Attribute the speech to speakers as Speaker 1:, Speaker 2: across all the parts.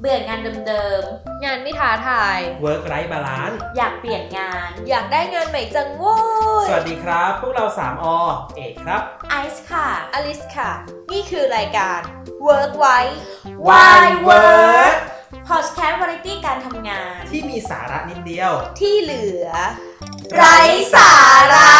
Speaker 1: เบื่องานเดิม
Speaker 2: งานไม่ท้าทาย
Speaker 3: เวิร์กไรบาลานซ์
Speaker 1: ๆ อยากเปลี่ยนงาน
Speaker 2: อยากได้งานใหม่จังโว้ย
Speaker 3: สวัสดีครับ พวกเรา 3อเอกครับ
Speaker 1: ไอซ์ค่ะ
Speaker 2: อลิสค่ะ นี่คือรายการ Work ไว้
Speaker 3: Why Work
Speaker 1: พอดแคสต์วาไรตี้การทำงาน
Speaker 3: ที่มีสาระนิดเดียว
Speaker 2: ที่เหลือ
Speaker 1: ไร้สาระ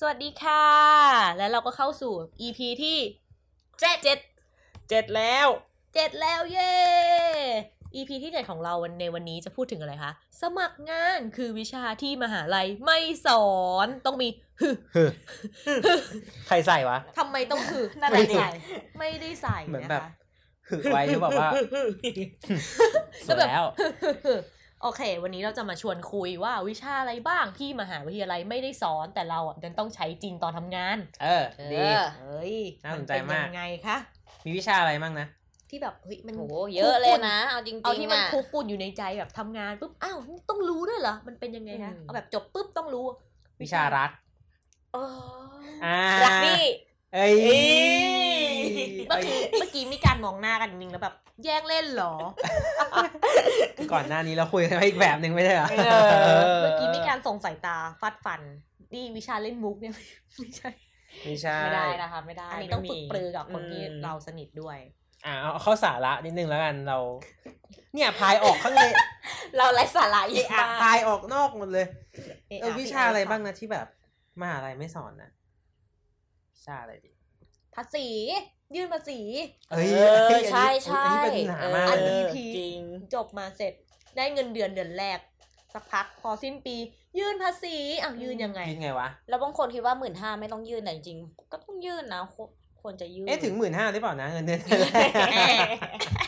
Speaker 2: สวัสดีค่ะ แล้วเราก็เข้าสู่ EP ที่เจ็ดเจ็ด
Speaker 3: เจ็ดแล้ว
Speaker 2: เจ็ดแล้วเย้ EP ที่เจ็ดของเราวันในวันนี้จะพูดถึงอะไรคะ สมัครงานคือวิชาที่มหาลัยไม่สอนต้องมีฮึ
Speaker 4: ใครใส่วะ
Speaker 2: ทำไมต้องฮึ
Speaker 1: นั่นแหละสิ
Speaker 2: ใส่ไม่ได้ใส่
Speaker 4: เหมือน
Speaker 2: นะ
Speaker 4: แบ
Speaker 2: คะ
Speaker 4: บ หึไว้หรือแบบ ว่าสวยแล้ว
Speaker 2: โอเค วันนี้เราจะมาชวนคุยว่าวิชาอะไรบ้างที่มหาวิทยาลัยไม่ได้สอนแต่เราอ่ะดันต้องใช้จริงตอนทำงาน
Speaker 4: เออ ดี
Speaker 2: เออเฮ้ย
Speaker 4: น่าสนใจมาก
Speaker 2: เป็ยังไงคะ
Speaker 4: มีวิชาอะไรบ้างนะ
Speaker 2: ที่แบบเฮ้ยมัน
Speaker 5: โหเยอะเลยนะ เอาจริงๆ
Speaker 2: เอาที่มัน
Speaker 5: อะ
Speaker 2: คุกปุ่นอยู่ในใจแบบทำงานปุ๊บอ้าวต้องรู้ด้วยเหรอมันเป็นยังไงคะ
Speaker 4: อืม
Speaker 2: เอาแบบจบปุ๊บต้องรู้
Speaker 4: วิชารัก
Speaker 2: อ๋อ
Speaker 4: อ่า
Speaker 2: รักนี่
Speaker 4: เอ้ย
Speaker 2: เมื่อกี้เมื่อกี้มีการมองหน้ากันนิดนึงแล้วแบบ แย่งเล่นเหรอ
Speaker 4: เอ้ยก่อนหน้านี้เราคุยกันไปอีกแบบหนึ่งไม่ใช่เหรอ
Speaker 2: เมื่อกี้มีการส่งสายตาฟัดฟันนี่วิชาเล่นมุกเนี่ย ไม่ใช่
Speaker 4: ไม่ใช่
Speaker 2: ไม่ได้นะคะ ไม่ได้
Speaker 4: อั
Speaker 2: อัน
Speaker 4: นนี้
Speaker 2: นี้ต้
Speaker 4: ต้
Speaker 2: อ
Speaker 4: อง งฝึ
Speaker 2: ฝึก
Speaker 4: ก
Speaker 2: ป
Speaker 4: ปรื
Speaker 2: รือ
Speaker 4: อกั
Speaker 2: กับบ ค
Speaker 4: คน นที่
Speaker 2: ที่เราสนิทด้วย
Speaker 4: อ่าเอาเข้าสาระนิดนึงแล้วกันเรา เนี่ยพายออกข้างใน
Speaker 2: เราไร้สาระเย
Speaker 4: เอะ
Speaker 2: อะ
Speaker 4: อะ
Speaker 2: มาก
Speaker 4: พายออกนอกหมดเลย
Speaker 2: เะ
Speaker 4: เออวิชาอะไรบ้างนะที่แบบมหาลัยไม่สอนนะวิชาอะไรดี
Speaker 2: ภาษียื่นภาษี
Speaker 4: เอ้ย
Speaker 5: เออใช่ใช่
Speaker 4: อันนี้เป็นหนามาก
Speaker 2: อัน
Speaker 4: เลย
Speaker 2: นี้
Speaker 5: จริง
Speaker 2: จบมาเสร็จได้เงินเดือนเดือนแรก สักพักพอสิ้นปี ยื่นภาษีอ้าวยื่นยังไง
Speaker 4: ยื่นไงวะ
Speaker 5: แล้วบางคนคิดว่าหมื่นห้าไม่ต้องยื่นแต่จริงๆ ก็ต้องยื่นนะควควรจะยื่น
Speaker 4: เอ๊ะถึงหมื่นห้าหรือเปล่านะเงินเดือน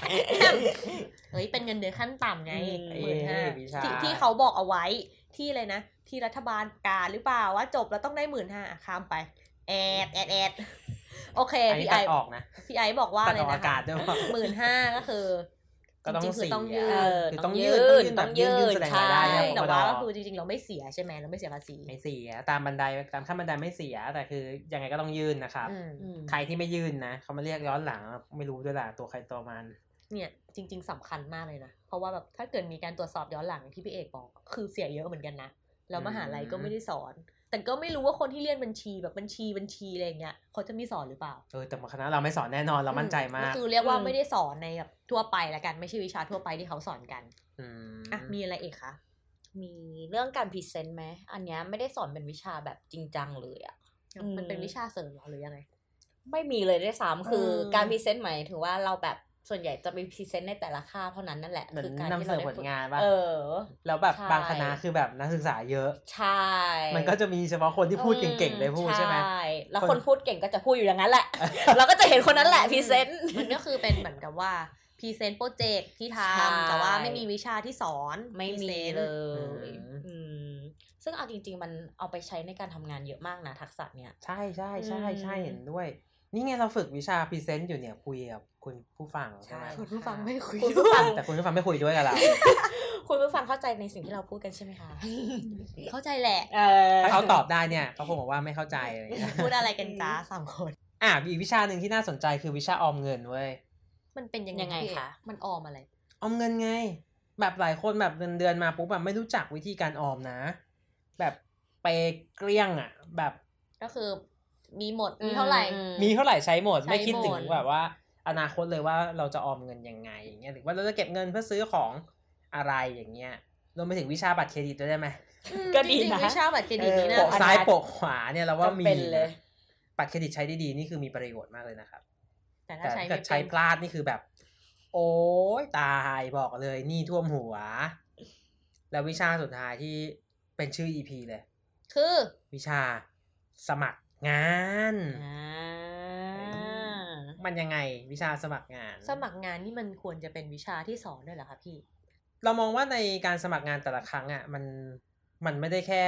Speaker 2: เฮ้ยเป็นเงินเดือนขั้นต่ำไง
Speaker 4: อืม
Speaker 2: หมื่นห้า
Speaker 4: เอ้ยวิชา
Speaker 2: ที่ที่เขาบอกเอาไว้ที่อะไรนะ ที่รัฐบาลการหรือเปล่าว่าจบแล้วต้องได้หมื่นห้าข้ามไป แอดแอดแอดโอเค
Speaker 4: อันนี้
Speaker 2: พี่ไอ
Speaker 4: ตัดออกนะ
Speaker 2: พี่ไอบอกว่า
Speaker 4: ตั
Speaker 2: อะ
Speaker 4: ด
Speaker 2: ไร
Speaker 4: ออก
Speaker 2: นะ
Speaker 4: อากาศด้วยวะ
Speaker 2: หมื่นห้าก็คือ
Speaker 4: ก็ต้อง
Speaker 2: จริงๆคื
Speaker 4: เสีย
Speaker 2: ต้องยื่
Speaker 5: เอน อ
Speaker 4: คื
Speaker 5: ต้
Speaker 4: ต้
Speaker 5: อ
Speaker 4: อง ง
Speaker 5: ยื่
Speaker 4: ยื่
Speaker 5: น
Speaker 4: น
Speaker 5: ต้
Speaker 4: ต้
Speaker 5: อ
Speaker 4: อง ง
Speaker 5: ยื่
Speaker 4: ยื่
Speaker 5: น
Speaker 4: นแสดง
Speaker 5: ใช่
Speaker 4: รายได้
Speaker 2: ใช่
Speaker 4: ให้
Speaker 2: แต่
Speaker 4: ป
Speaker 2: ว่า
Speaker 4: ป
Speaker 2: ก็คือจริงๆ เราไม่เสียใช่ไหมเราไม่เสียภาษี
Speaker 4: ไม่เสียตามบันไดตามขั้นบันไดไม่เสียแต่คือยังไงก็ต้องยื่นนะครับ
Speaker 2: อืม
Speaker 5: อืม
Speaker 4: ใครที่ไม่ยื่นนะเขามาเรียกย้อนหลังไม่รู้ด้วยล่ะตัวใครตัวมัน
Speaker 2: เนี่ยจริง ๆสำคัญมากเลยนะ เพราะว่าแบบถ้าเกิดมีการตรวจสอบย้อนหลังที่พี่เอกบอก คือเสียเยอะเหมือนกันนะแล้ว
Speaker 4: อืม
Speaker 2: มหาลัยก็ไม่ได้สอน แต่ก็ไม่รู้ว่าคนที่เรียนบัญชีแบบบัญชีบัญชีอะไรอย่างเงี้ยเขาจะมีสอนหรือเปล่า
Speaker 4: เออแต่คณะเราไม่สอนแน่นอนเรามั่นใจมาก
Speaker 2: คือเรียกว่าไม่ได้สอนในแบบทั่วไปละกันไม่ใช่วิชาทั่วไปที่เขาสอนกัน
Speaker 4: อืม
Speaker 2: อ่ะมีอะไรเอกคะ
Speaker 5: มีเรื่องการพรีเซนต์ไหม อันเนี้ยไม่ได้สอนเป็นวิชาแบบจริงจังเลยอะ อืม
Speaker 2: มันเป็นวิชาเสริมเหรอหรือยังไง
Speaker 5: ไม่มีเลยด้วยซ้ำคืออ
Speaker 2: ม
Speaker 5: การพรีเซนต์หมายถึงว่าเราแบบส่วนใหญ่จะไปพรีเซนต์ในแต่ละคาบเท่านั้นนั่นแหละ
Speaker 4: เหมือน
Speaker 5: คืการ
Speaker 4: นำ
Speaker 5: ที่
Speaker 4: เสนอผ
Speaker 5: ได้
Speaker 4: ล
Speaker 5: ฝึก
Speaker 4: งานป่ะ
Speaker 5: เออ
Speaker 4: แล้วแบบ
Speaker 5: ใช่
Speaker 4: บางคณะคือแบบนักศึกษาเยอะ
Speaker 5: ใช่
Speaker 4: มันก็จะมีเฉพาะคนที่พูดเก่งๆเลยพูดใช่ไหม
Speaker 5: แล้ว
Speaker 4: ค
Speaker 5: คน นพูดเก่งก็จะพูดอยู่อย่างนั้นแหละ เราก็จะเห็นคนนั้นแหละพรีเซนต์
Speaker 2: มันก็คือเป็นเหมือนกับว่าพรีเซนต์โปรเจกต์ที่ท
Speaker 5: ใช่
Speaker 2: ำแต่ว่าไม่มีวิชาที่สอน
Speaker 5: ไม่มี
Speaker 2: พรีซนต์
Speaker 5: เลย
Speaker 4: อืม
Speaker 5: อืม ซึ่งเอาจริง ๆ มันเอาไปใช้ในการทำงานเยอะมากนะทักษะเนี้ย
Speaker 4: ใช่ใช่ใช่ใช่
Speaker 5: อืม
Speaker 4: เห็นด้วย นี่ไงเราฝึกวิชาพรีเซนต์อยู่เนี่ยคุยกับคุณผู้ฟังใช่ไหม
Speaker 2: คุณผู้ฟังไม่คุย
Speaker 5: คุณผู้ฟัง
Speaker 4: แต่คุณผู้ฟังไม่คุยด้วยกับเรา
Speaker 5: คุณผู้ฟังเข้าใจในสิ่งที่เราพูดกันใช่ไหมคะ
Speaker 2: เข้าใจแหละ
Speaker 5: เออ
Speaker 4: ถ้าเขาตอบได้เนี่ยเขาคงบอกว่าไม่เข้าใจอะไรอย่างเงี้ย
Speaker 2: พูดอะไรกันจ้าสามคน
Speaker 4: อ่ะมีอีกวิชาหนึ่งที่น่าสนใจคือวิชาออมเงินเว้ย
Speaker 2: มันเป็นยัง
Speaker 5: ยังไง
Speaker 2: พี่เอก
Speaker 5: คะ
Speaker 2: มันออมอะไร
Speaker 4: ออมเงินไง แบบหลายคนแบบเงินเดือนมาปุ๊บแบบไม่รู้จักวิธีการออมนะ แบบไปเกลี้ยงอ่ะ แบบ
Speaker 2: ก็คือ มีหมด มีเท่าไหร่
Speaker 5: อื
Speaker 4: มีเท่าไหร่ใช้หมด ไม่คิดถึง
Speaker 2: ใช้หมด
Speaker 4: แบบว่า อนาคตเลยว่าเราจะออมเงินยังไงอย่างเงี้ยหรือว่าเราจะเก็บเงินเพื่อซื้อของอะไรอย่างเงี้ยรวมไปถึงวิชาบัตรเครดิตด้วยได้ไหม
Speaker 5: ก็ดีนะ
Speaker 2: จริงๆวิชาบัตรเครดิตนี่นะ
Speaker 4: โปะซ้ายโปะขวาเนี่ยเราว่ามี
Speaker 5: จำเป็นเลย
Speaker 4: บัตรเครดิตใช้ได้ดีนี่คือมีประโยชน์มากเลยนะครับ
Speaker 2: แต่
Speaker 4: แต่
Speaker 2: ถ้า
Speaker 4: ถ้า
Speaker 2: ใช้ไม่
Speaker 4: เกิด
Speaker 2: เป็
Speaker 4: ใช้
Speaker 2: น
Speaker 4: พลาดนี่คือแบบ โอ้ยตายบอกเลยหนี่ท่วมหัว แล้ววิชาสุดท้ายที่เป็นชื่อ EP เลย
Speaker 2: คือ
Speaker 4: วิชาสมัครงาน
Speaker 5: อ่า
Speaker 4: มันยังไงวิชาสมัครงาน
Speaker 2: สมัครงานนี่มันควรจะเป็นวิชาที่สอนด้วยเหรอคะพี่
Speaker 4: เรามองว่าในการสมัครงานแต่ละครั้งอ่ะมันมันไม่ได้แค่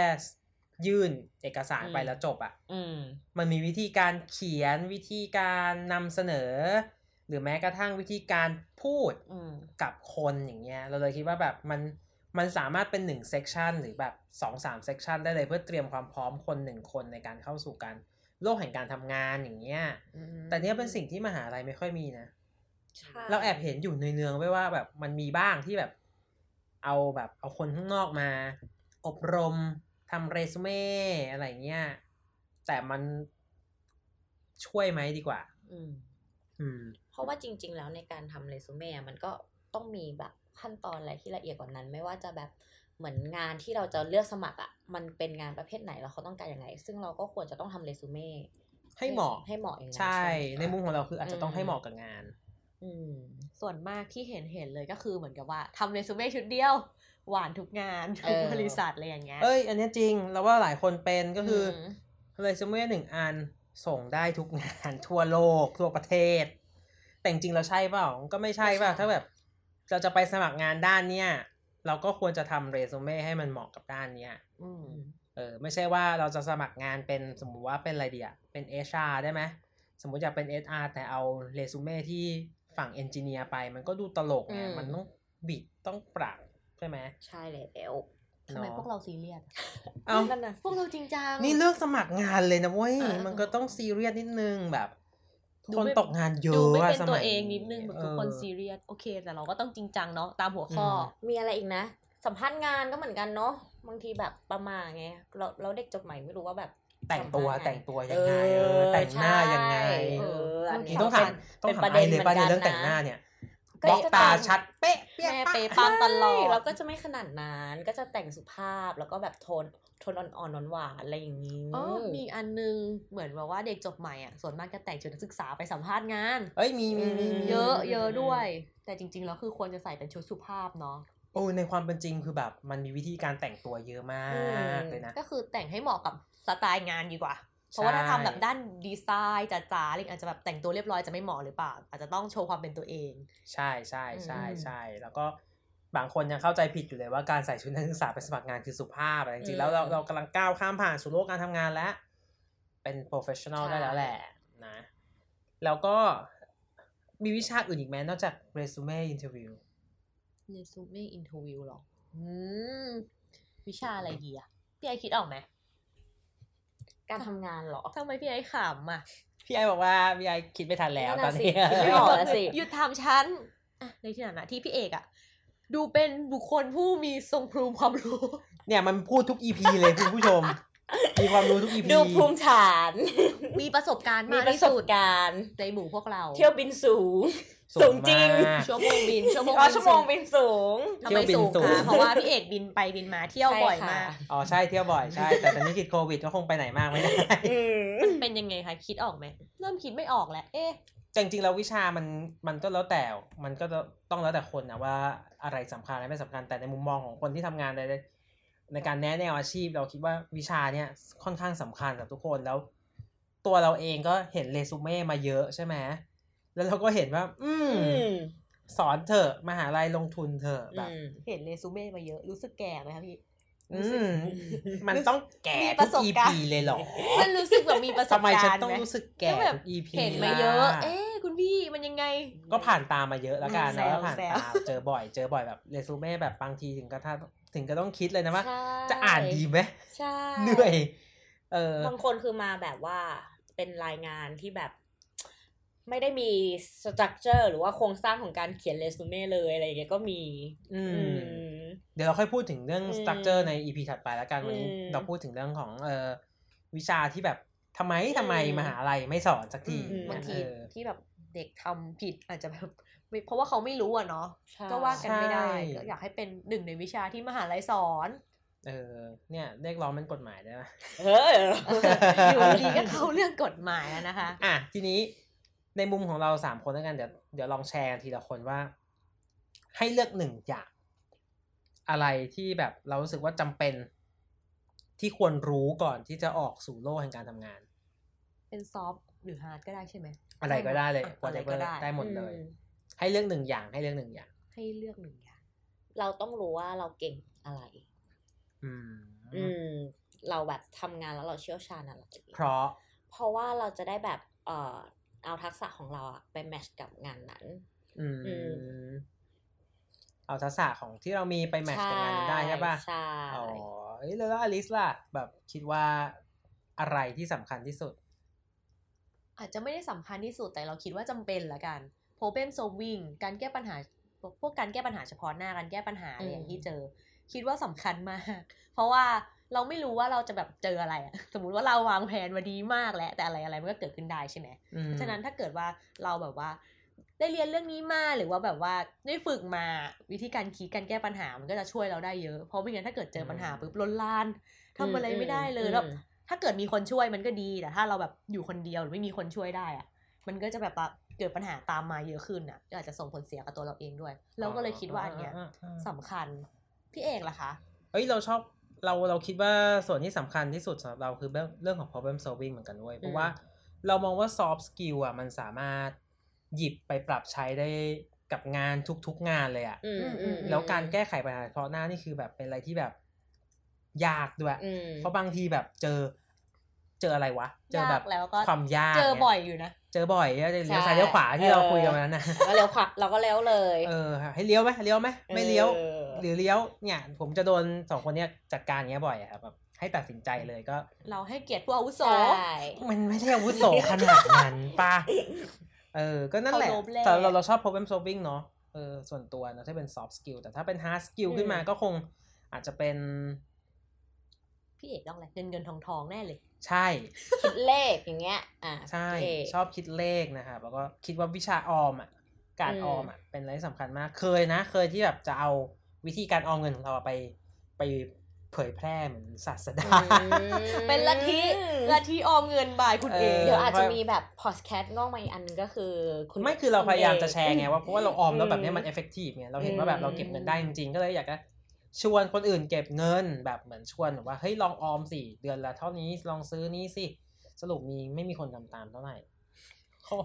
Speaker 4: ยื่นเอกสารไป
Speaker 5: อืม
Speaker 4: แล้วจบอ่ะ
Speaker 5: อืม
Speaker 4: มันมีวิธีการเขียนวิธีการนำเสนอ หรือแม้กระทั่งวิธีการพูด
Speaker 5: อืม
Speaker 4: กับคนอย่างเงี้ยเราเลยคิดว่าแบบมันมันสามารถเป็นหนึ่งเซกชันหรือแบบสองสามเซกชันได้เลยเพื่อเตรียมความพร้อมคนหนึ่งคนในการเข้าสู่การโลกแห่งการทำงานอย่างเงี้ยแต่เนี้ยเป็นสิ่งที่มหาลัยไม่ค่อยมีนะ
Speaker 5: ใช่
Speaker 4: เราแอบเห็นอยู่เนืองๆไว้ว่าแบบมันมีบ้างที่แบบ เอาแบบเอาคนข้างนอกมา อบรมทำเรซูเม่อะไรเงี้ยแต่มันช่วยไหมดีกว่า
Speaker 5: อืม
Speaker 4: อืม
Speaker 5: เพราะว่าจริง ๆ แล้วในการทำเรซูเม่อะมันก็ต้องมีแบบขั้นตอนอะไรที่ละเอียดกว่านั้น ไม่ว่าจะแบบเหมือนงานที่เราจะเลือกสมัครอะ่ะ มันเป็นงานประเภทไหนแล้วเขาต้องการยังไง ซึ่งเราก็ควรจะต้องทำเรซูเม่
Speaker 4: ให้เหมาะ
Speaker 5: ให้เหมาะอย่างนั้น
Speaker 4: ใช่ใน
Speaker 5: ไห
Speaker 4: มุมของเราคืออาจจะต้องให้เหมาะกับงาน
Speaker 5: อืม
Speaker 2: ส่วนมากที่เห็นเห็นเลยก็คือเหมือนกับว่าทำเรซูเม่ชุดเดียว หวานทุกงาน
Speaker 5: เอ
Speaker 2: ทุก
Speaker 5: อ
Speaker 2: บริษัทอะไรอย่างเงี้ย
Speaker 4: เอ้ย อันเนี้ยจริงเราว่าหลายคนเป็นก็คืออ
Speaker 5: ม
Speaker 4: เรซูเม่หนึ่งอันส่งได้ทุกงาน ทั่วโลก ทั่วประเทศ แต่จริงๆเราใช่เปล่าก็ไม่ใช่เปล่า
Speaker 5: ไม่ใช่
Speaker 4: ถ้าแบบเราจะไปสมัครงานด้านเนี้ยเราก็ควรจะทำเรซูเม่ให้มันเหมาะกับด้านเนี้ย
Speaker 2: อืม
Speaker 5: อืม
Speaker 4: เออไม่ใช่ว่าเราจะสมัครงานเป็นสมมุติว่าเป็นอะไรดีอะเป็น HR ได้ไหมสมมุติอยากเป็น HR แต่เอาเรซูเม่ที่ฝั่งเอนจิเนียร์ไป มันก็ดูตลกไง
Speaker 5: อืม
Speaker 4: มันต้องบิดต้องปรับใช่ไหม
Speaker 5: ใช่แล้ว
Speaker 2: ทำไม
Speaker 4: นะ
Speaker 2: พวกเราซีเรียสอะ
Speaker 4: เอา
Speaker 5: นั่นน่ะ
Speaker 2: พวกเราจริงจัง
Speaker 4: นี่เลือกสมัครงานเลยนะเว้ย
Speaker 2: เออเออ
Speaker 4: มันก็ต้องซีเรียสนิดนึงแบบ
Speaker 2: ดู
Speaker 4: คน
Speaker 2: ไม่
Speaker 4: ตกงานเยอะ
Speaker 2: ดูไม่เป็น
Speaker 4: อะส
Speaker 2: ตัวย เองนิดนึงแบบทุกคน
Speaker 4: เออ
Speaker 2: ซีเรียสโอเค แต่เราก็ต้องจริงจังเนาะตามหัวข้ออ
Speaker 4: ม
Speaker 5: มีอะไรอีกนะ สัมภาษณ์งานก็เหมือนกันเนาะบางทีแบบประมาไงเราเราเด็กจบใหม่ไม่รู้ว่าแบบ
Speaker 4: แต่งตัว
Speaker 5: สัมภาษณ์าน
Speaker 4: แต่งตัวยังไงเออแต่งหน้ายังไง
Speaker 5: เอออัน
Speaker 2: ใช่
Speaker 5: นี้
Speaker 4: นี่ต้องถามต้องถาม
Speaker 5: เป็นประ
Speaker 4: ไอ
Speaker 5: เด็น
Speaker 4: เลยป่ะเนี่ยเรื่อง
Speaker 5: เหมือนกัน
Speaker 4: แต่งหน้าเนี่ย
Speaker 5: ก็
Speaker 4: บล็อก
Speaker 5: จะ
Speaker 4: ตา
Speaker 5: ต้อง
Speaker 4: ชัดเป๊ะเปี้ย
Speaker 2: แม่
Speaker 4: ปะ
Speaker 2: เปปั้มตลอด
Speaker 5: ใช่เราก็จะไม่ขนาดนั้นก็จะแต่งสุภาพแล้วก็แบบโทนโทนอ่อนๆหวานๆอะไรอย่างนี้
Speaker 2: อ๋อมีอันนึงเหมือนแบบว่าเด็กจบใหม่อ่ะ ส่วนมากจะแต่งชุดนักศึกษาไปสัมภาษณ์งาน
Speaker 4: เอ้ยมีมีมีมี
Speaker 2: เยอะเยอะด้วย แต่จริงๆแล้วคือควรจะใส่เป็นชุดสุภาพเนาะ
Speaker 4: โอ้ยในความเป็นจริงคือแบบ มันมีวิธีการแต่งตัวเยอะมากเลยนะ
Speaker 2: ก็คือแต่งให้เหมาะกับสไตล์งานดีกว่า เพราะว่าถ้าทำแบบด้านดีไซน์จ๋าๆอะไรอาจจะแบบแต่งตัวเรียบร้อยจะไม่เหมาะหรือเปล่า อาจจะต้องโชว์ความเป็นตัวเอง
Speaker 4: ใช่ใช่ใช่
Speaker 2: อืม
Speaker 4: ใช่แล้วก็บางคนยังเข้าใจผิดอยู่เลยว่าการใส่ชุดนักศึกษาไปสมัครงานคือสุภาพแต่จริงๆแล้วเรา
Speaker 2: อืม
Speaker 4: เรากำลังก้าวข้ามผ่านสู่โลกการทำงานแล้ว เป็น professional ได้แล้วแหละนะ แล้วก็มีวิชาอื่นอีกไหมนอกจาก resume interview
Speaker 2: เรซูเม่อินทวิวหรออืมวิชาอะไรดีอะพี่ไอคิดออกไหม
Speaker 5: การทำงานเหรอ
Speaker 2: ทำไมพี่ไอขำอ่ะ
Speaker 4: พี่ไอบอกว่าพี่ไอคิดไม่ทันแล้ว
Speaker 5: นั่
Speaker 4: ตอ
Speaker 5: น
Speaker 4: น
Speaker 5: น่ะสิ
Speaker 4: นี้
Speaker 5: คิดไม่ออก แล้วสิ
Speaker 2: หยุดถามฉันอ่ะในที่นั้นนะที่พี่เอกอ่ะ ดูเป็นบุคคลผู้มีทรงพรูมความรู้
Speaker 4: เนี่ยมันพูดทุก EP เลยคุณผู้ชม มีความรู้ทุก EP
Speaker 5: ดูภูมิฐาน
Speaker 2: มีประสบการณ์
Speaker 5: มี
Speaker 2: มาก
Speaker 5: ประ
Speaker 2: ที่
Speaker 5: ส
Speaker 2: สุ
Speaker 5: บ
Speaker 2: ด
Speaker 5: การณ์
Speaker 2: ในหมู่พวกเรา
Speaker 5: เที่ยวบินสูง สูงจริง
Speaker 4: มาก
Speaker 2: ชั่วโมงบินชั่วโมง
Speaker 5: อ๋อ
Speaker 2: บิน
Speaker 5: ชั่วโมงบินสูง
Speaker 2: ทำไมสูง
Speaker 4: เที่ยวบินสูง
Speaker 2: คะเพราะว่าพี่เอกบินไปบินมาเที่ยว
Speaker 5: ใช่
Speaker 2: บ่อย
Speaker 5: ค่ะ
Speaker 2: มาก
Speaker 4: อ๋อใช่เที่ยวบ่อยใช่ แต่ตอนนี้ติดโควิดก็คงไปไหนมากไม่ได้
Speaker 5: อืม
Speaker 2: มันเป็นยังไงคะคิดออกไหมเริ่มคิดไม่ออกแล้วเอ๊ะ
Speaker 4: แต่จริงๆแล้ววิชามันมันก็แล้วแต่มันก็ต้องแล้วแต่คนนะว่าอะไรสำคัญอะไรไม่สำคัญแต่ในมุมมองของคนที่ทำงานในในการแนะแนวอาชีพ เราคิดว่าวิชาเนี่ยค่อนข้างสำคัญกับทุกคนแล้ว ตัวเราเองก็เห็นเรซูเม่มาเยอะใช่ไหมแล้วเราก็เห็นว่า อืม
Speaker 5: อืม
Speaker 4: สอนเถอะมหาลัยลงทุนเถอะแบบ
Speaker 5: อืม
Speaker 2: เห็นเรซูเม่มาเยอะรู้สึกแก่ไหมคะพี่
Speaker 4: อืม มันต้องแก่
Speaker 2: มีป
Speaker 4: ทุ
Speaker 2: ระ
Speaker 4: ก
Speaker 2: สบ
Speaker 4: EP
Speaker 2: การณ์
Speaker 4: เลยเหรอ
Speaker 2: มันรู้สึกแบบมีประส
Speaker 4: ทำ
Speaker 2: บ
Speaker 4: ไมฉัน
Speaker 2: การณ์
Speaker 4: ต้อง
Speaker 2: ไหม
Speaker 4: รู้สึกแก่
Speaker 2: ก็แบบ
Speaker 4: ทุก EP
Speaker 2: เห็นมาเยอะ
Speaker 4: ล่
Speaker 2: เอ๊ะคุณพี่มันยังไง
Speaker 4: ก็ผ่านตามมาเยอะแล้วกัน
Speaker 2: อืม
Speaker 4: นะ
Speaker 2: แซว
Speaker 4: ว่าผ่าน
Speaker 2: แซว
Speaker 4: ตามเจอบ่อย เจอบ่อยแบบเรซูเม่แบบบางทีถึงกระทั่งถึงก็ต้องคิดเลยนะว่า
Speaker 5: ใช่
Speaker 4: จะอ่านดีไหม
Speaker 5: ใช่
Speaker 4: เหนื่อยเออ
Speaker 5: บางคนคือมาแบบว่าเป็นรายงานที่แบบ ไม่ได้มีสตรัคเจอร์หรือว่าโครงสร้างของการเขียนเรซูเม่เลยอะไรอย่างเงี้ยก็มี
Speaker 4: อื
Speaker 5: อื
Speaker 4: ม
Speaker 5: ม
Speaker 4: เดี๋ยวเราค่อยพูดถึงเรื่อง
Speaker 5: อืม
Speaker 4: สต r u เจอร์ใน EP ถัดไปแล้วกันวันนี้
Speaker 5: อืม
Speaker 4: เราพูดถึงเรื่องของเออวิชาที่แบบทำไมทำไม
Speaker 5: อืม
Speaker 4: มหาลัยไม่สอนสักที
Speaker 2: อืมบางที
Speaker 4: เออ
Speaker 2: ที่แบบเด็กทำผิดอาจจะแบบ ไม่เพราะว่าเขาไม่รู้อะเนาะ
Speaker 5: ใช่
Speaker 2: ก็ว่ากันไม่ได้
Speaker 4: ใช่
Speaker 2: ก็อยากให้เป็นหนึ่งในวิชาที่มหาลัยสอน
Speaker 4: เออเนี่ยเรียกร้องมันกฎหมายได้ไหม
Speaker 5: เฮ้ย
Speaker 2: อยู่ดีๆก็เข้าเรื่องกฎหมายแล้วนะคะ
Speaker 4: อ่ะทีนี้ในมุมของเราสามคนแล้วกันเดี๋ยวเดี๋ยวลองแชร์กันทีละคนว่า ให้เลือกหนึ่งอย่าง อะไรที่แบบเรารู้สึกว่าจำเป็น ที่ควรรู้ก่อนที่จะออกสู่โลกแห่งการทำงาน
Speaker 2: เป็นซอฟ หรือฮาร์ดก็ได้ใช่ไหม
Speaker 4: อะไรก็ได้เลย
Speaker 2: อ่ะ
Speaker 4: whatever
Speaker 2: อะไรก็ได้
Speaker 4: ได้หมดเลย
Speaker 5: อืม
Speaker 4: ให้เลือกหนึ่งอย่างให้เลือกหนึ่งอย่าง
Speaker 2: ให้เลือกหนึ่งอย่าง
Speaker 5: เราต้องรู้ว่าเราเก่งอะไร
Speaker 4: อืม
Speaker 5: อืม เราแบบทำงานแล้วเราเชี่ยวชาญอะไร
Speaker 4: เพราะ
Speaker 5: เพราะว่าเราจะได้แบบเอ่อเอาทักษะของเราอะไปแมทชกับงานนั้น
Speaker 4: อืม
Speaker 5: อืม
Speaker 4: เอาทักษะของที่เรามีไปแมทช์กับงานนั้นได้ใช่ปะ
Speaker 5: ใช่
Speaker 4: อ๋อเอ้ยแล้วอลิสล่ะ แบบคิดว่าอะไรที่สำคัญที่สุด
Speaker 2: อาจจะไม่ได้สำคัญที่สุดแต่เราคิดว่าจำเป็นละกัน problem solving การแก้ปัญหาพวกการแก้ปัญหาเฉพาะหน้าการแก้ปัญหาอะไรอย่างที่เจอ คิดว่าสำคัญมาก เพราะว่าเราไม่รู้ว่าเราจะแบบเจออะไร อะสมมุติว่าเราวางแผนมาดีมากแล้วแต่อะไรอะไรมันก็เกิดขึ้นได้ใช่ไหม
Speaker 4: อืม
Speaker 2: ฉะนั้นถ้าเกิดว่าเราแบบว่า ได้เรียนเรื่องนี้มาหรือว่าแบบว่าได้ฝึกมาวิธีการคิดการแก้ปัญหามันก็จะช่วยเราได้เยอะ เพราะไม่งั้นถ้าเกิดเจอปัญหาปุ๊บลนลานทำอะไรไม่ได้เลยแล้ว
Speaker 5: อืม
Speaker 2: ถ้าเกิดมีคนช่วยมันก็ดี แต่ถ้าเราแบบอยู่คนเดียวหรือไม่มีคนช่วยได้อะมันก็จะแบบว่าเกิดปัญหาตามมาเยอะขึ้นอ่ะก็อาจจะส่งผลเสียกับตัวเราเองด้วย เราก็เลยคิดว่าอันเนี้ย
Speaker 4: าอ่าอ่า
Speaker 2: สำคัญพี่เอกล่ะคะ
Speaker 4: เอ้ยเราชอบเราเราคิดว่าส่วนที่สำคัญที่สุดสำหรับเราคือเรื่องเรื่องของ problem solving เหมือนกันเว้ยเพราะว่าเรามองว่า soft skill อ่ะมันสามารถหยิบไปปรับใช้ได้กับงานทุกๆงานเลยอ่ะ
Speaker 5: อืมอืมอืม
Speaker 4: แล้วการแก้ไขปัญหาเฉพาะหน้านี่คือแบบเป็นอะไรที่แบบยากด้วย
Speaker 5: อืม
Speaker 4: เพราะบางทีแบบเจอเจออะไรวะ เจอแบบ
Speaker 2: ยากแล้วก็
Speaker 4: ความยาก
Speaker 2: เจอ
Speaker 4: นี่
Speaker 2: บ่อยอยู่นะ
Speaker 4: เจอบ่อยเนี่ยเลี้ยว
Speaker 5: ใช่
Speaker 4: ซ้ายเลี้ยวขวาที่เรา
Speaker 5: เออ
Speaker 4: คุยกันวันนั้นนะ
Speaker 5: ก็เลี้ยวขวาเราก็เลี้ยวเลย
Speaker 4: เออให้เลี้ยวไหมเลี้ยวไหมไม่เลี้ยว
Speaker 5: ออ
Speaker 4: หรือเลี้ยวเนี่ย ผมจะโดนสองคนเนี้ยจัดการเงี้ยบ่อยอะครับแบบให้ตัดสินใจเลยก็
Speaker 2: เราให้เกียรติผู้อาวุโส
Speaker 5: ใช่
Speaker 4: มันไม่ได้อาวุโสขนาดนั้นป่ะ เออ ก็นั่นแหละ
Speaker 2: เคารพแหละ
Speaker 4: แต่เราเราชอบ problem solving เนาะ เออ ส่วนตัวนะถ้าเป็น soft skill แต่ถ้าเป็น hard skill
Speaker 5: อืม
Speaker 4: ขึ้นมาก็คงอาจจะเป็น
Speaker 2: พี่เอกต้องอะไรเงินเงินทองทองแน่เลย
Speaker 4: ใช่
Speaker 5: คิดเลขอย่างเงี้ย อ่า
Speaker 4: ใช่
Speaker 5: เลข
Speaker 4: ชอบคิดเลขนะครับแล้วก็คิดว่าวิชาออมอ่ะ การ
Speaker 5: อืม
Speaker 4: ออมอ่ะ เป็นอะไรที่สำคัญมาก เคยนะ เคยที่แบบจะเอาวิธีการออมเงินของเราอะไป ไปเผยแพร่เหมือนศาสดา
Speaker 2: เป็นลัทธิลัทธิออมเงินบายคุณเอง
Speaker 4: เ
Speaker 5: เดี๋ยวอาจจะมีแบบพอดแคสต์งอกมาอีกอันนึงก็คือคุณ
Speaker 4: ไม่คือเราพยายามจะแชร์ไง
Speaker 5: อืม
Speaker 4: ว่าเพราะว่าเราออมแล้วแบบเนี้ยมัน
Speaker 5: อื
Speaker 4: เอ
Speaker 5: ม
Speaker 4: ฟเฟกตีฟไงเราเห็นว่าแบบเราเก็บเงินได้
Speaker 5: อื
Speaker 4: จ
Speaker 5: ม
Speaker 4: ริงๆ ก็เลยอยากจะชวนคนอื่นเก็บเงินแบบเหมือนชวนแบบว่าเฮ้ยลองออมสิเดือนละเท่านี้ลองซื้อนี้สิสรุปมีไม่มีคนทำตามเท่าไหร่
Speaker 2: เขา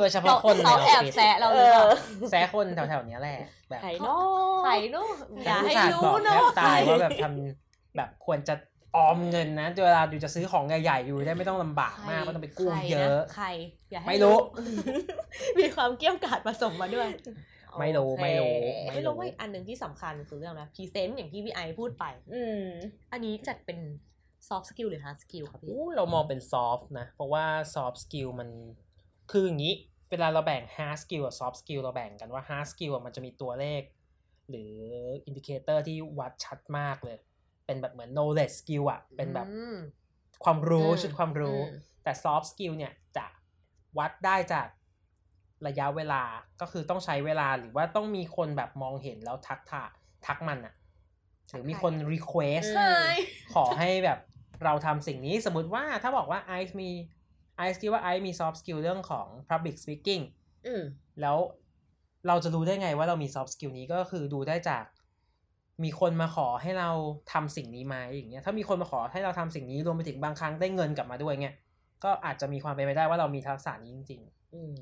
Speaker 4: โดยเฉพาะคนในอ
Speaker 2: เขา
Speaker 4: อฟฟิ
Speaker 2: แอ
Speaker 4: ศ
Speaker 2: บแซะเราเลย
Speaker 5: อ
Speaker 2: อะ
Speaker 4: แซะคนแถวๆเนี้ยแหละแบบ
Speaker 5: ใครเนาะ
Speaker 2: ใครเนาะอ
Speaker 4: แต่
Speaker 2: ย่า
Speaker 4: ผู้
Speaker 2: ให้
Speaker 4: ชบ
Speaker 2: รู้
Speaker 4: อก
Speaker 2: เนาะ
Speaker 4: แทบตายว่าแบบทำแบบควรจะออมเงินนะเวลาอยู่จะซื้อของใหญ่ๆอยู่ได้ไม่ต้องลำบากมากไม่ต้องไปกู้เยอะ
Speaker 2: ใครนใครอย่าให้
Speaker 4: ไม่รู้
Speaker 2: มีความเกรี้ยวกราดผสมมาด้วย
Speaker 4: ไม่รู้ไม่รู้
Speaker 2: ไม่รู้ว่าอีกอันหนึ่งที่สำคัญคือเรื่องนะพรีเซนต์อย่างที่พี่ไอพูดไป
Speaker 5: อืม
Speaker 2: อันนี้จัดเป็นซอฟต์สกิลหรือฮาร์ดสกิลครับพี่
Speaker 4: อู้เรามองเป็นซอฟต์นะ เพราะว่าซอฟต์สกิลมันคืออย่างนี้ เวลาเราแบ่ง hard skill กับ soft skill เราแบ่งกันว่า hard skill อะมันจะมีตัวเลข หรืออินดิเคเตอร์ที่วัดชัดมากเลย เป็นแบบเหมือน knowledge skill อะเป็นแบบ
Speaker 2: อืม
Speaker 4: ความรู้
Speaker 5: อืม
Speaker 4: ชุดความรู้
Speaker 5: อืม
Speaker 4: แต่ soft skill เนี่ยจะวัดได้จากระยะเวลาก็คือต้องใช้เวลาหรือว่าต้องมีคนแบบมองเห็นแล้วทักทาทักมันอะหรือมีคน request
Speaker 5: ใช่
Speaker 4: ขอให้แบบเราทำสิ่งนี้สมมติว่าถ้าบอกว่าไอซ์มีไอซ์คิดว่าไอซ์มี soft skill เรื่องของ public speaking
Speaker 5: อืม
Speaker 4: แล้วเราจะรู้ได้ไงว่าเรามี soft skill นี้ก็คือดูได้จาก มีคนมาขอให้เราทำสิ่งนี้ไหมอย่างเงี้ยถ้ามีคนมาขอให้เราทำสิ่งนี้รวมไปถึงบางครั้งได้เงินกลับมาด้วยเงี้ยก็อาจจะมีความเป็นไปได้ว่าเรามีทักษะนี้จริง
Speaker 5: อืม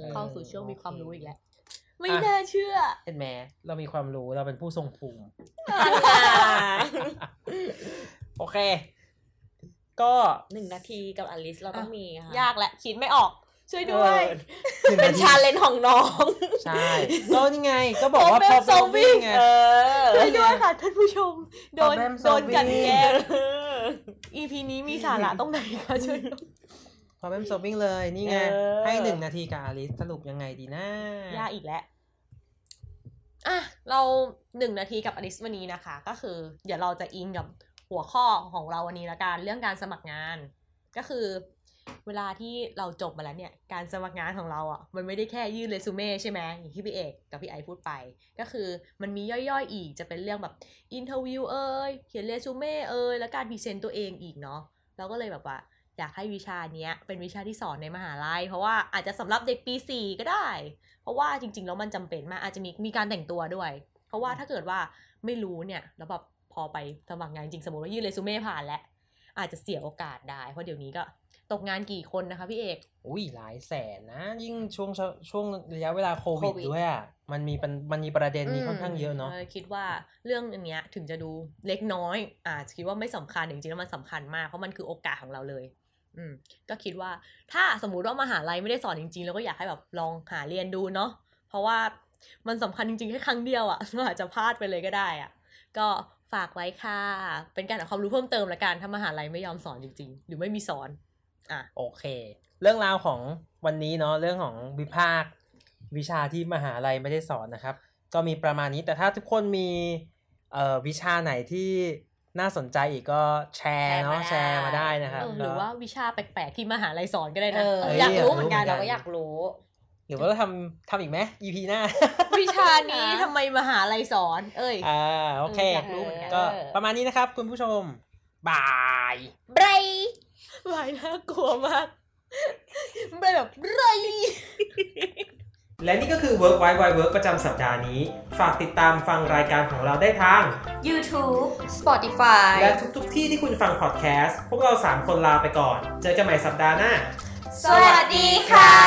Speaker 4: เออ
Speaker 2: เข้าสู่ ช่วงมีความรู้อีกแล้ว
Speaker 4: ๆ
Speaker 2: ไม่
Speaker 4: อ่ะ
Speaker 2: น่าเชื่อ
Speaker 4: เห็นไหมเรามีความรู้เราเป็นผู้ทรงภูมิ โอเค ก็
Speaker 5: หนึ่งนาทีกับอลิสเราต้องมีค่ะ
Speaker 2: ยากแหละคิดไม่ออก ช่วยด้ว
Speaker 5: เอย อเป็นชาเลนจ์ของน้อง
Speaker 4: ใช่ก็นี่ไงก็บอกว่า
Speaker 2: Problem
Speaker 4: problem solving ไง
Speaker 5: เออ
Speaker 2: ช่วยด้วยค่ะท่านผู้ชม โดน
Speaker 4: Problem
Speaker 2: โดนกลัน
Speaker 4: solving
Speaker 2: แกล้ง
Speaker 5: เออ
Speaker 2: EP นี้มีสาระตรงไหนคะช่วยด้วย
Speaker 4: problem solving เลยนี่ไง
Speaker 5: เออ
Speaker 4: ให้หนึ่งนาทีกับอลิสสรุปยังไงดีนะ
Speaker 2: ยากอีกแล้ว อ่ะ เราหนึ่งนาทีกับอลิสวันนี้นะคะ ก็คือ เดี๋ยวเราจะอิงกับหัวข้อของเราวันนี้ละกันเรื่องการสมัครงาน ก็คือ เวลาที่เราจบมาแล้วเนี่ย การสมัครงานของเราอ่ะ มันไม่ได้แค่ยื่นเรซูเม่ใช่ไหมอย่างที่พี่เอกกับพี่ไอพูดไป ก็คือมันมีย่อยๆอีกจะเป็นเรื่องแบบอินเทอร์วิวเอ่ยเขียนเรซูเม่เอ่ยแล้วการพรีเซนต์ตัวเองอีกเนาะ เราก็เลยแบบว่า อยากให้วิชาเนี้ยเป็นวิชาที่สอนในมหาลัย เพราะว่าอาจจะสำหรับเด็กปีสี่ก็ได้ เพราะว่าจริงๆแล้วมันจำเป็นมากอาจจะมีมีการแต่งตัวด้วย เพราะว่าถ้าเกิดว่าไม่รู้เนี่ยแล้วแบบพอไปสมัครงานจริงสมมติว่ายื่นเรซูเม่ผ่านแล้วอาจจะเสียโอกาสได้ เพราะเดี๋ยวนี้ก็ ตกงานกี่คนนะคะพี่เอก
Speaker 4: อุ้ยหลายแสนนะ ยิ่งช่วงชช่วงระยะเวลาโควิด
Speaker 5: โควิด
Speaker 4: ด้วยอ่ะมันมีปัญมันมีประเด็นนี้ค่อนข้างเยอะเนาะ
Speaker 2: คิดว่าเรื่องอันเนี้ยถึงจะดูเล็กน้อยอ่าคิดว่าไม่สำคัญแต่จริงๆแล้วมันสำคัญมากเพราะมันคือโอกาสของเราเลย อืม ก็คิดว่าถ้าสมมุติว่ามหาลัยไม่ได้สอนจริง ๆ แล้วก็อยากให้แบบลองหาเรียนดูเนาะเพราะว่ามันสำคัญจริงๆแค่ครั้งเดียวอะ่ะ เราอาจจะพลาดไปเลยก็ได้อะ่ะ ก็ฝากไว้ค่ะ เป็นการหาความรู้เพิ่มเติมละกันถ้ามหาลัยไม่ยอมสอนจริง ๆ หรือไม่มีสอน อ่ะ
Speaker 4: โอเค เรื่องราวของวันนี้เนาะเรื่องของวิภาค วิชาที่มหาลัยไม่ได้สอนนะครับ ก็มีประมาณนี้แต่ถ้าทุกคนมีเอ่อวิชาไหนที่น่าสนใจอีกก็แชร์เนาะแช
Speaker 5: แชร์
Speaker 4: ร์มา
Speaker 5: มาได้
Speaker 4: ได้นะครับ
Speaker 2: เออหรือ
Speaker 4: ก็
Speaker 2: ว่าวิชาแปลกๆที่มหาลัยสอนก็ได้
Speaker 5: เอ
Speaker 2: นะ
Speaker 5: อ
Speaker 2: เออ
Speaker 5: อ
Speaker 2: อยากรู้เหมือนกัน
Speaker 5: เราก็อยากรู้
Speaker 4: หรือว่าเราทำทำอีกไหม EP หน้า
Speaker 2: วิชานี้ทำไมมหาลัยสอน เอ้ย
Speaker 4: อ่าโอเค
Speaker 2: อยากรู้เหมือนกัน
Speaker 4: ก็ประมาณนี้นะครับคุณผู้ชมบาย
Speaker 5: ไบร
Speaker 2: วายน่ากลัวมากมันแบบไร
Speaker 3: และนี่ก็คือ Work Wide Wide Work ประจำสัปดาห์นี้ ฝากติดตามฟังรายการของเราได้ทาง
Speaker 1: YouTube
Speaker 5: Spotify
Speaker 3: และทุกๆที่ที่คุณฟังพอดแคสต์ พวกเรา 3 คนลาไปก่อน เจอกันใหม่สัปดาห์หน้า
Speaker 1: สวัสดีค่ะ